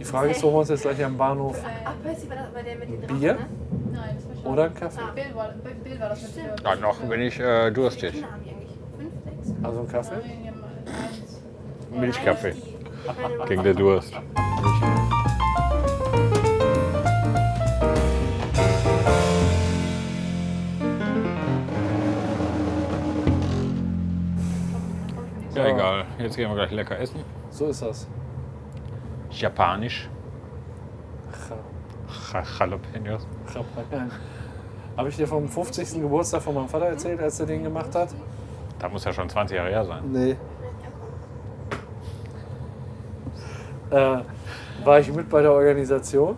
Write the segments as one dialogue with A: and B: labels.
A: Die Frage ist, holen wir uns jetzt gleich hier am Bahnhof
B: Ach, Percy war das bei der mit den
A: ein
B: Drachen,
A: Bier
B: ne?
C: Nein, das war schon.
A: oder einen Kaffee.
C: Bill war, bei Bill war das mit dir.
D: Ja, noch bin ich äh,
B: Wie
D: durstig.
B: viele Kinder haben die eigentlich? Fünf, sechs?
A: Also einen Kaffee?
C: Nein, die haben alle eins.
D: Milchkaffee.
B: Gegen
D: Gegen den Durst. Ja, egal. Jetzt gehen wir gleich lecker essen.
A: So ist das.
D: Japanisch.
A: Cha-
D: Ja, Jalapenos.
A: Chapein. Habe ich dir vom 50. Geburtstag von meinem Vater erzählt, als er den gemacht hat?
D: Da muss ja schon 20 Jahre her sein.
A: Nee. Äh, war ich mit bei der Organisation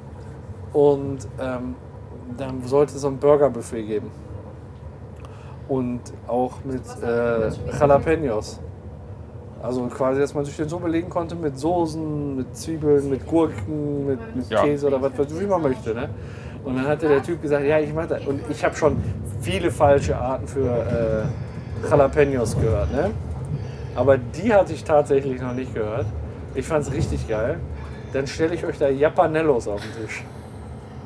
A: und ähm, dann sollte es so ein Burgerbuffet geben. Und auch mit äh, Jalapenos. Also quasi, dass man sich den so belegen konnte mit Soßen, mit Zwiebeln, mit Gurken, mit, mit
D: Ja.
A: Käse oder was, was wie man möchte. Ne? Und dann hatte der Typ gesagt, ja, ich mache das. Und ich habe schon viele falsche Arten für äh, Jalapenos gehört. Ne? Aber die hatte ich tatsächlich noch nicht gehört. Ich fand's richtig geil. Dann stelle ich euch da Japanellos auf den Tisch.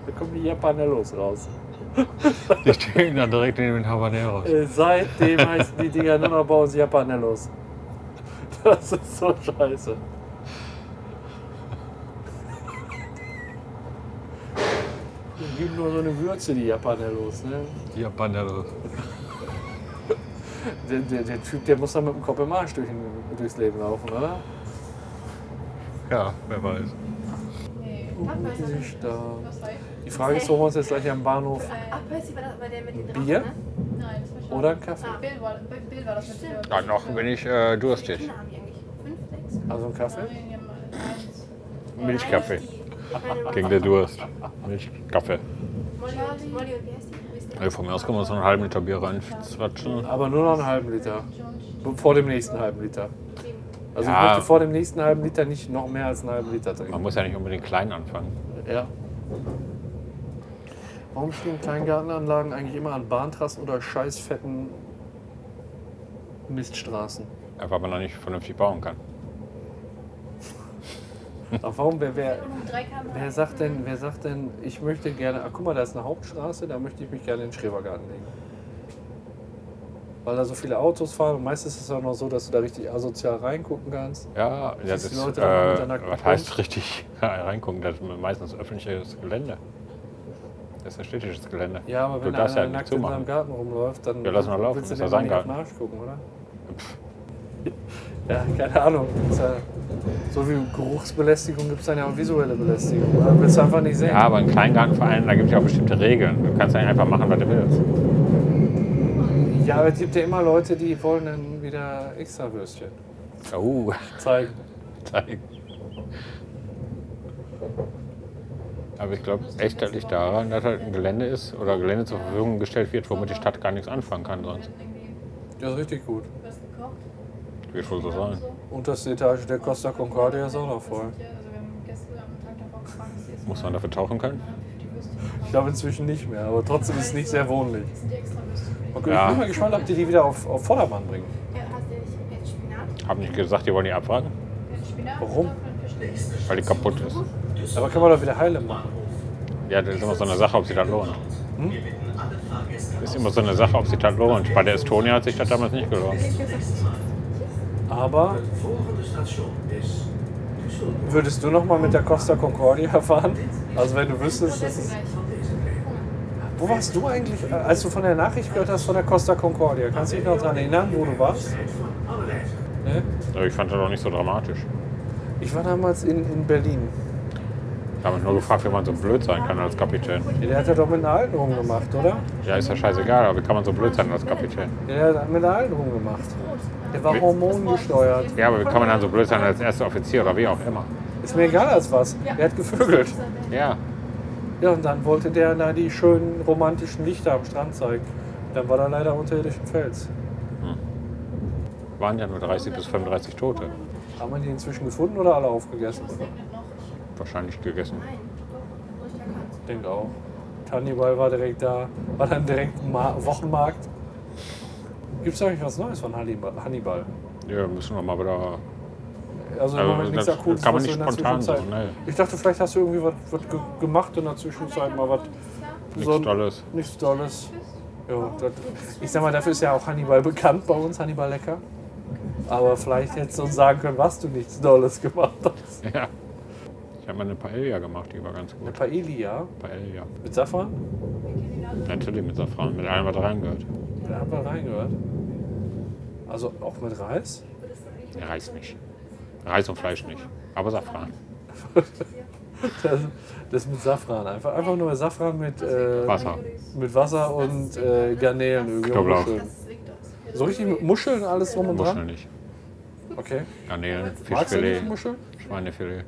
A: Da kommen die Japanellos raus.
D: Die stehen dann direkt neben den Habaneros.
A: Äh, seitdem heißen die Dinger nur noch bei uns Japanellos. Das ist so scheiße. Die geben nur so eine Würze, die Japanellos. Ne?
D: Die Habaneros.
A: Der, der, der Typ, der muss dann mit dem Kopf im Arsch durch, den- durchs Leben laufen, oder?
D: Ja, wer weiß.
C: Nee.
A: Die Stadt.
C: Was war ich?
A: Die Frage ist, holen wir uns jetzt gleich am Bahnhof
B: Ach, Percy war das bei der mit den Drachen,
A: Bier?
B: ne?
C: Nein, das war schon.
A: oder einen Kaffee.
C: Bill war, bei Bill war das mit dir.
D: Ja, noch bin ich äh,
B: Wie viele
D: durstig.
B: Kinder haben die eigentlich? Fünf, sechs?
A: Also einen Kaffee?
C: Nein, die haben alle eins.
D: Milchkaffee. Gegen
B: Gegen
D: den Durst. Milchkaffee.
B: Molly und, Molly und wie heißt die? Wie ist die?
D: Also von mir aus können wir so einen halben Liter Bier reinzwatschen.
A: Aber nur noch einen halben Liter.
C: George.
A: Vor dem nächsten halben Liter. Also
D: Ja.
A: ich möchte vor dem nächsten halben Liter nicht noch mehr als einen halben Liter
D: Man
A: trinken.
D: muss ja nicht unbedingt klein anfangen.
A: Ja. Warum stehen Kleingartenanlagen eigentlich immer an Bahntrassen oder scheiß fetten Miststraßen?
D: Ja, Weil man da nicht vernünftig bauen kann.
A: Aber warum, wer, wer,
C: Um drei Kameraden.
A: wer, sagt denn, wer sagt denn, ich möchte gerne, ach guck mal, da ist eine Hauptstraße, da möchte ich mich gerne in den Schrebergarten legen. Weil da so viele Autos fahren und meistens ist es auch noch so, dass du da richtig asozial reingucken kannst.
D: Ja, das
A: Siehst
D: ist,
A: du Leute
D: äh,
A: dann mal mit einer Kuppe?
D: was heißt richtig reingucken? Das ist meistens öffentliches Gelände. Das ist ein städtisches Gelände.
A: Ja, aber wenn
D: du darfst
A: einer
D: ja nicht
A: nackt in seinem
D: zumachen.
A: Garten rumläuft, dann
D: Ja, lass mal laufen,
A: willst du
D: ist ja
A: dem
D: sein
A: nicht auf den
D: Garten.
A: Arsch gucken, oder?
D: Pff,
A: Ja, keine Ahnung. Ist ja, so wie Geruchsbelästigung gibt es dann ja auch visuelle Belästigung. Oder? Willst du einfach nicht sehen.
D: Ja, aber in Kleingartenvereinen, da gibt es ja auch bestimmte Regeln. Du kannst ja einfach machen, was du willst.
A: Ja, aber es gibt ja immer Leute, die wollen dann wieder extra Würstchen
D: Oh,
A: zeigen.
D: zeigen. Aber ich glaube echt, das liegt daran, dass halt ein Gelände ist oder Gelände zur Verfügung gestellt wird, womit die Stadt gar nichts anfangen kann
C: Wir
D: sonst.
C: hatten irgendwie
A: Das ist richtig gut.
C: was gekocht.
D: Wird wohl so
C: oder
D: sein.
C: so.
A: Unterste Etage der Costa Concordia ist auch noch voll.
C: Also wir haben gestern am Tag davor gefangen, dass die jetzt
D: Muss man dafür tauchen können?
C: die Würste
A: Ich glaube inzwischen nicht mehr, aber trotzdem ist es nicht sehr wohnlich.
C: Das sind die extra Würste für ihn.
A: Okay,
D: Ja.
A: Ich bin mal gespannt, ob die die wieder auf, auf Vordermann bringen.
B: Ja, hast du nicht jetzt Spinat?
D: Haben nicht gesagt, die wollen die abfragen,
C: Mit Spinat,
A: Warum?
C: Kartoffeln, Fisch.
D: weil die kaputt ist.
A: Aber kann man doch wieder heile machen.
D: Ja, das ist immer so eine Sache, ob sie das lohnen. Ist immer so eine Sache, ob sich das lohnt. Bei der Estonia hat sich das damals nicht gelohnt.
A: Aber würdest du noch mal mit der Costa Concordia fahren? Also wenn du wüsstest, dass es... Wo warst du eigentlich, äh, als du von der Nachricht gehört hast von der Costa Concordia? Kannst du dich noch daran erinnern, wo du warst? Ne?
D: Aber Also Ich fand das auch nicht so dramatisch.
A: Ich war damals in, in Berlin.
D: Ich habe mich nur gefragt, wie man so blöd sein kann als Kapitän.
A: Ja, Der hat ja doch mit einer Alten rumgemacht, oder?
D: Ja, ist ja scheißegal, aber wie kann man so blöd sein als Kapitän?
A: Ja, Der hat mit einer Alten rumgemacht. Der war hormongesteuert.
D: Ja, aber wie kann man dann so blöd sein als erster Offizier oder wie auch immer?
A: Ist mir egal als was. Der hat gevögelt.
D: Ja,
A: Ja, und dann wollte der da die schönen romantischen Lichter am Strand zeigen. Dann war da leider unterirdischen Fels.
D: Hm. waren ja nur 30 bis 35 Tote.
A: Haben wir die inzwischen gefunden oder alle aufgegessen?
D: Wahrscheinlich gegessen.
A: Ich denke auch. Cannibal war direkt da, war dann direkt Ma Wochenmarkt. Gibt es eigentlich was Neues von Hannibal? Hannibal?
D: Ja, müssen wir mal wieder
A: Also im
D: Also,
A: Moment nichts
D: das
A: Akutes,
D: kann man
A: was
D: nicht
A: in der
D: spontan
A: Zwischenzeit.
D: so, ne.
A: Ich dachte, vielleicht hast du irgendwie was, was ge- gemacht in der Zwischenzeit, mal was.
D: Nichts Tolles.
A: Nichts Tolles. Ja, das, ich sag mal, dafür ist ja auch Hannibal bekannt bei uns, Hannibal Lecker. Aber vielleicht hättest du uns sagen können, was du nichts Tolles gemacht hast.
D: Ja. Ich habe mal eine Paella gemacht, die war ganz
A: Eine
D: gut.
A: Paella
D: Paella.
A: mit Safran?
D: Natürlich mit Safran, mit allem, was reingehört.
A: Da haben wir reingehört. Also auch mit Reis?
D: Nee, Reis nicht. Reis und Fleisch nicht. Aber Safran.
A: Das, das mit Safran. Einfach, einfach nur Safran mit, äh,
D: Wasser.
A: mit Wasser und äh, Garnelen. irgendwie
D: Knoblauch.
A: Muscheln.
B: Das ist Victors.
A: So richtig mit Muscheln, alles drum und
D: Muscheln
A: dran?
D: nicht.
A: Okay.
D: Garnelen,
A: Magst du nicht
D: Fischfilet,
A: Muscheln?
D: Schweinefilet,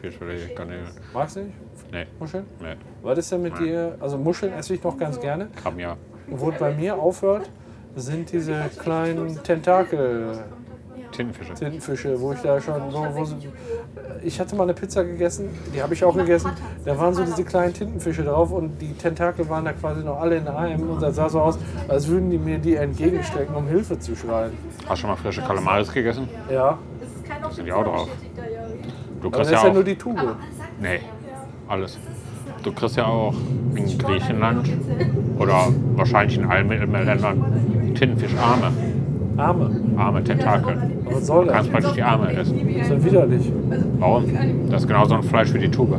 D: Fischfilet, Garnelen.
A: Magst du nicht
D: Nee,
A: Muscheln?
D: nee.
A: Was ist denn mit dir? Also Muscheln esse ich noch ganz gerne.
D: Kram ja.
A: Wo es bei mir aufhört, sind diese kleinen Tentakel.
D: Tintenfische.
A: Tintenfische, wo ich da schon so. Wo, ich hatte mal eine Pizza gegessen, die habe ich auch gegessen. Da waren so diese kleinen Tintenfische drauf und die Tentakel waren da quasi noch alle in einem. Und das sah so aus, als würden die mir die entgegenstrecken, um Hilfe zu schreien.
D: Hast du schon mal frische Kalamaris gegessen?
A: Ja,
E: Das ist kein
D: sind die auch drauf. Du
A: aber das ist
D: kriegst ja
A: ja nur
D: auch.
A: die Tube.
D: Nee, alles. Du kriegst ja auch in Griechenland oder wahrscheinlich in allen Mittelmeerländern Tintenfischarme.
A: Arme.
D: Arme Tentakel.
A: Aber was soll
D: Du
A: das?
D: kannst
A: Das
D: praktisch die Arme essen.
A: ist ja widerlich.
D: Warum? Das ist genauso ein Fleisch wie die Tube.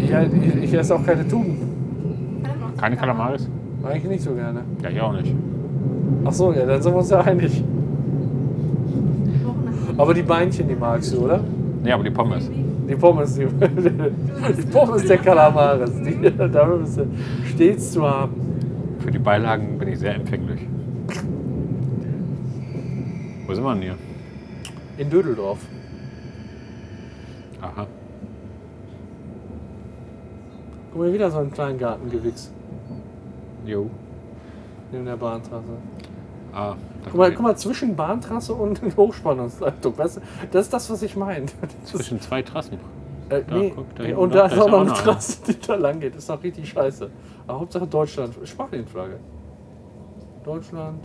A: Ich, ich, ich esse auch keine Tuben.
D: Keine Kalamaris?
A: Eigentlich nicht so gerne.
D: Ja, ich auch nicht.
A: Ach so, ja, dann sind wir uns ja einig. Aber die Beinchen, die magst du, oder?
D: Nee, aber die Pommes.
A: Die Pommes, die, die Pommes der Kalamares. Die, dafür bist du stets zu haben.
D: Für die Beilagen bin ich sehr empfänglich. Wo sind wir denn hier?
A: In Dödeldorf.
D: Aha.
A: Guck mal, wieder so einen kleinen Gartengewichs
D: Jo.
A: neben der Bahntrasse.
D: Ah, da
A: Guck mal,
D: kann
A: guck mal zwischen Bahntrasse und Hochspannungsleitung. Weißt du, das ist das, was ich meine.
D: ich- Zwischen zwei Trassen.
A: Äh,
D: Da,
A: nee.
D: guck, da hinten
A: Und
D: doch,
A: da
D: da
A: ist
D: ist
A: auch noch
D: auch
A: eine
D: noch
A: Trasse, die da lang geht. Ist doch richtig scheiße. Aber Hauptsache Deutschland. Spanienflagge. Deutschland.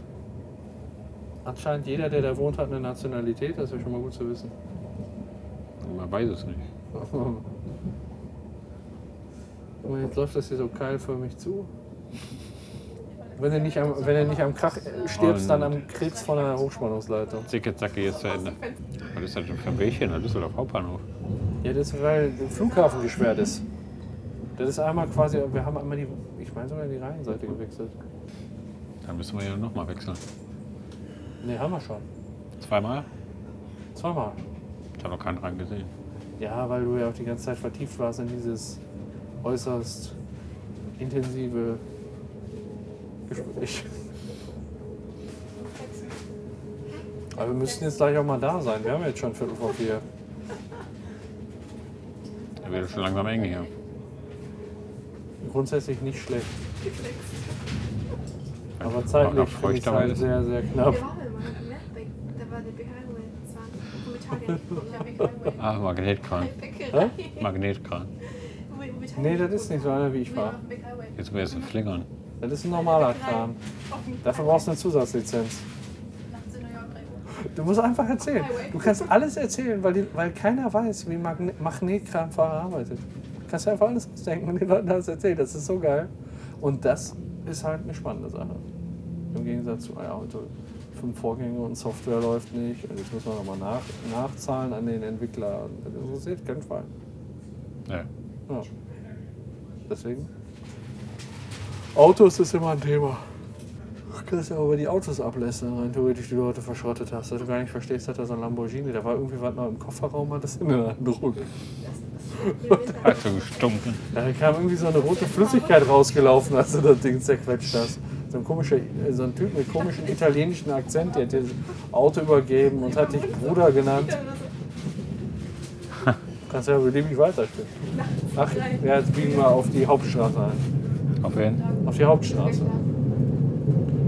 A: Anscheinend jeder, der da wohnt, hat eine Nationalität. Das ist ja schon mal gut zu wissen.
D: Man weiß es nicht.
A: Und jetzt läuft das hier so keilförmig zu. Wenn du nicht am, wenn du nicht am Krach äh, stirbst, dann am Krebs von einer Hochspannungsleitung.
D: Zicke, zacke, jetzt zu Ende. Was ist das denn für ein Wehchen? Das ist doch Hauptbahnhof.
A: Ja, das ist, weil der Flughafen gesperrt ist. Das ist einmal quasi, wir haben einmal die, ich meine sogar die Rheinseite gewechselt.
D: Dann müssen wir ja nochmal wechseln.
A: Ne, haben wir schon.
D: Zweimal?
A: Zweimal.
D: Ich habe noch keinen dran gesehen.
A: Ja, weil du ja auch die ganze Zeit vertieft warst in dieses äußerst intensive Gespräch. Aber wir müssen jetzt gleich auch mal da sein. Wir haben jetzt schon Viertel vor vier.
D: Da wird es schon langsam eng hier.
A: Grundsätzlich nicht schlecht,
D: Wenn
A: aber
D: es
A: zeitlich
D: noch
A: finde ich es
D: feuchter
A: halt
D: ist.
A: sehr, sehr knapp.
B: Wir waren mal, ne? Bei- Da war der Behandlung in 20 Uhr mit Italien. Ich hab mich gefreut.
D: Ah, Magnetkran.
B: Bäckerei.
D: Magnetkran.
B: Wo- wo Italien-
A: Nee, das ist nicht so einer, wie ich war.
D: Jetzt wird es ein Flingern.
A: Das ist ein normaler Kram. Dafür brauchst du eine Zusatzlizenz.
C: Nachts in New York drei Uhr.
A: Du musst einfach erzählen. Du kannst alles erzählen, weil, die, weil keiner weiß, wie Magne Magnetkram verarbeitet. Du kannst dir einfach alles ausdenken und den Leuten alles erzählen. Das ist so geil. Und das ist halt eine spannende Sache. Im Gegensatz zu, ja, heute fünf Vorgänge und Software läuft nicht. Und jetzt müssen wir nochmal nach, nachzahlen an den Entwickler. Und Das interessiert keinen Fall.
D: Nee.
A: Ja. Deswegen. Autos ist immer ein Thema. Du kannst ja auch über die Autos ablästern, rein theoretisch, die du heute verschrottet hast. Dass du gar nicht verstehst, hat er so ein Lamborghini, da war irgendwie was noch im Kofferraum, hat das in der Druck.
D: Hat so gestunken.
A: Da kam irgendwie so eine rote Flüssigkeit rausgelaufen, als du das Ding zerquetscht hast. So ein komischer, so ein Typ mit komischem italienischen Akzent, der hat dir das Auto übergeben und hat dich Bruder genannt. Kannst ja mit dem nicht weiterspielen. Ach, ja, jetzt biegen wir auf die Hauptstraße ein.
D: Auf jeden
A: Auf die Hauptstraße.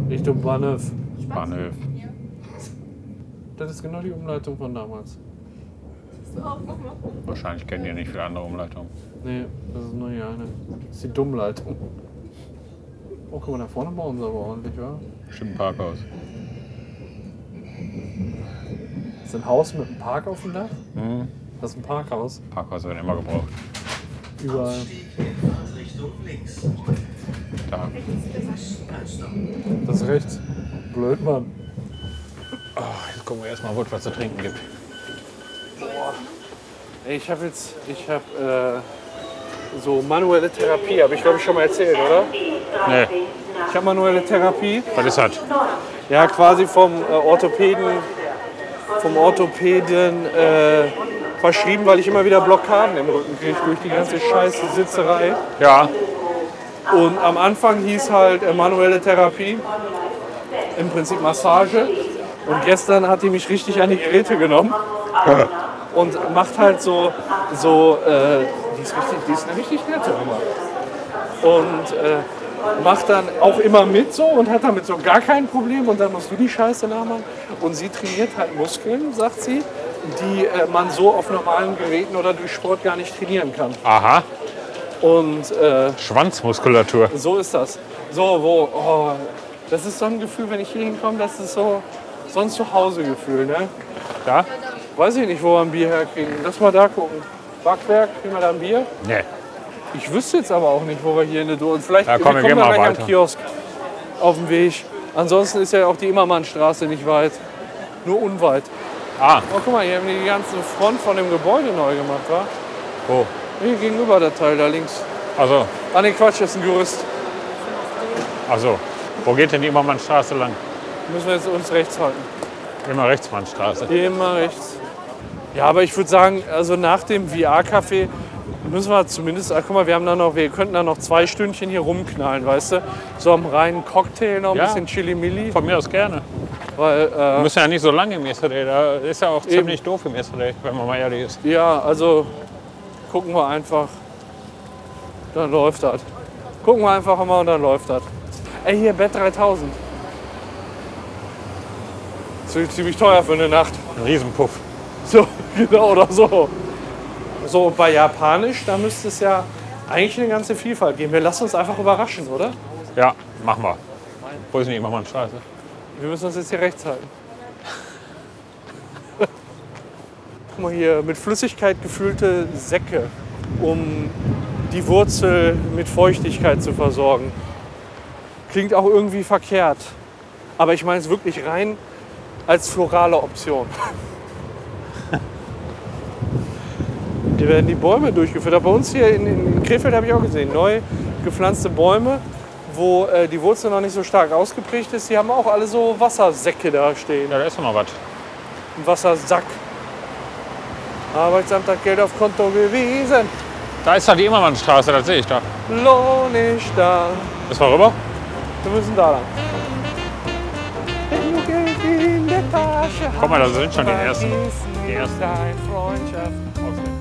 A: Richtung Bahnhof.
D: Bahnhof.
A: Das ist genau die Umleitung von damals.
D: Wahrscheinlich kennen die nicht viele andere Umleitungen.
A: Nee, das ist nur hier eine. Das ist die Dummleitung. Oh, guck mal, da vorne bauen sie aber ordentlich, wa?
D: Bestimmt ein Parkhaus.
A: Ist ein Haus mit einem Park auf dem Dach?
D: Mhm.
A: Das ist ein Parkhaus.
D: Parkhäuser werden immer gebraucht.
A: Überall.
D: Da.
A: Das ist rechts. Blöd, Mann.
D: jetzt gucken wir erstmal, wo es was zu trinken gibt.
A: Ich habe jetzt, ich habe äh, so manuelle Therapie, habe ich glaube ich schon mal erzählt, oder?
D: Nee,
A: Ich habe manuelle Therapie.
D: was ist das?
A: Ja, quasi vom äh, Orthopäden, vom Orthopäden äh, verschrieben, weil ich immer wieder Blockaden im Rücken kriege durch die ganze scheiße Sitzerei.
D: Ja,
A: Und am Anfang hieß halt äh, manuelle Therapie, im Prinzip Massage. Und gestern hat die mich richtig an die Geräte genommen und macht halt so, so äh, die, ist richtig, die ist eine richtig nette immer. Und äh, macht dann auch immer mit so und hat damit so gar kein Problem. Und dann musst du die Scheiße nachmachen. Und sie trainiert halt Muskeln, sagt sie, die äh, man so auf normalen Geräten oder durch Sport gar nicht trainieren kann.
D: aha,
A: Und äh,
D: Schwanzmuskulatur.
A: so ist das. So, wo, oh, das ist so ein Gefühl, wenn ich hier hinkomme, das ist so, so ein Zuhausegefühl, ne?
D: Da?
A: Weiß ich nicht, wo wir ein Bier herkriegen. Lass mal da gucken. Backwerk, kriegen wir da ein Bier?
D: Nee,
A: Ich wüsste jetzt aber auch nicht, wo wir hier in der Dose... Vielleicht
D: Ja, komm, wir gehen
A: kommen
D: mal
A: gleich
D: weiter.
A: am Kiosk auf dem Weg. Ansonsten ist ja auch die Immermannstraße nicht weit. Nur unweit.
D: ah,
A: Oh, guck mal, hier haben die die ganze Front von dem Gebäude neu gemacht, wa?
D: wo?
A: Hier gegenüber der Teil da links.
D: Also,
A: Ah ne, Quatsch, das ist ein Gerüst.
D: also, wo geht denn die Immermannstraße lang?
A: Müssen wir jetzt uns rechts halten.
D: Immer Rechtsmannstraße.
A: Immer rechts. Ja, aber ich würde sagen, also nach dem VR-Café müssen wir zumindest, ach guck mal, wir haben da noch, wir könnten da noch zwei Stündchen hier rumknallen, weißt du? So am reinen Cocktail noch ein
D: Ja.
A: bisschen Chili-Milli,
D: Von mir aus gerne. Wir
A: weil, äh,
D: müssen ja nicht so lange im Yesterday. Da ist ja auch ziemlich doof im Yesterday, wenn man mal ehrlich ist.
A: äh, ja, also gucken wir einfach, dann läuft das. Gucken wir einfach mal und dann läuft das. Ey, hier, Bett 3000. Ist ziemlich teuer für eine Nacht.
D: Ein Riesenpuff.
A: So, genau, oder so. So, und bei Japanisch, da müsste es ja eigentlich eine ganze Vielfalt geben. Wir lassen uns einfach überraschen, oder?
D: Ja, machen wir. Wo ist denn die Immermannstraße?
A: Wir müssen uns jetzt hier rechts halten. Guck mal hier, mit Flüssigkeit gefüllte Säcke, um die Wurzel mit Feuchtigkeit zu versorgen. Klingt auch irgendwie verkehrt. Aber ich meine es wirklich rein als florale Option. Hier werden die Bäume durchgeführt. Aber bei uns hier in, in Krefeld habe ich auch gesehen, neu gepflanzte Bäume, wo äh, die Wurzel noch nicht so stark ausgeprägt ist. Die haben auch alle so Wassersäcke da stehen.
D: Ja, da ist doch noch was.
A: Ein Wassersack. Arbeitsamt hat Geld auf Konto gewiesen.
D: Da ist doch die Immermannstraße, das sehe ich da.
A: Lohn ist da.
D: Ist mal rüber?
A: Wir müssen da lang. Wenn du Geld in der Tasche
D: Guck mal, da sind schon die
A: hast,
D: ersten.
A: vergiss
D: Die
A: nicht
D: ersten.
A: dein Freundschaft.
D: Auswählen.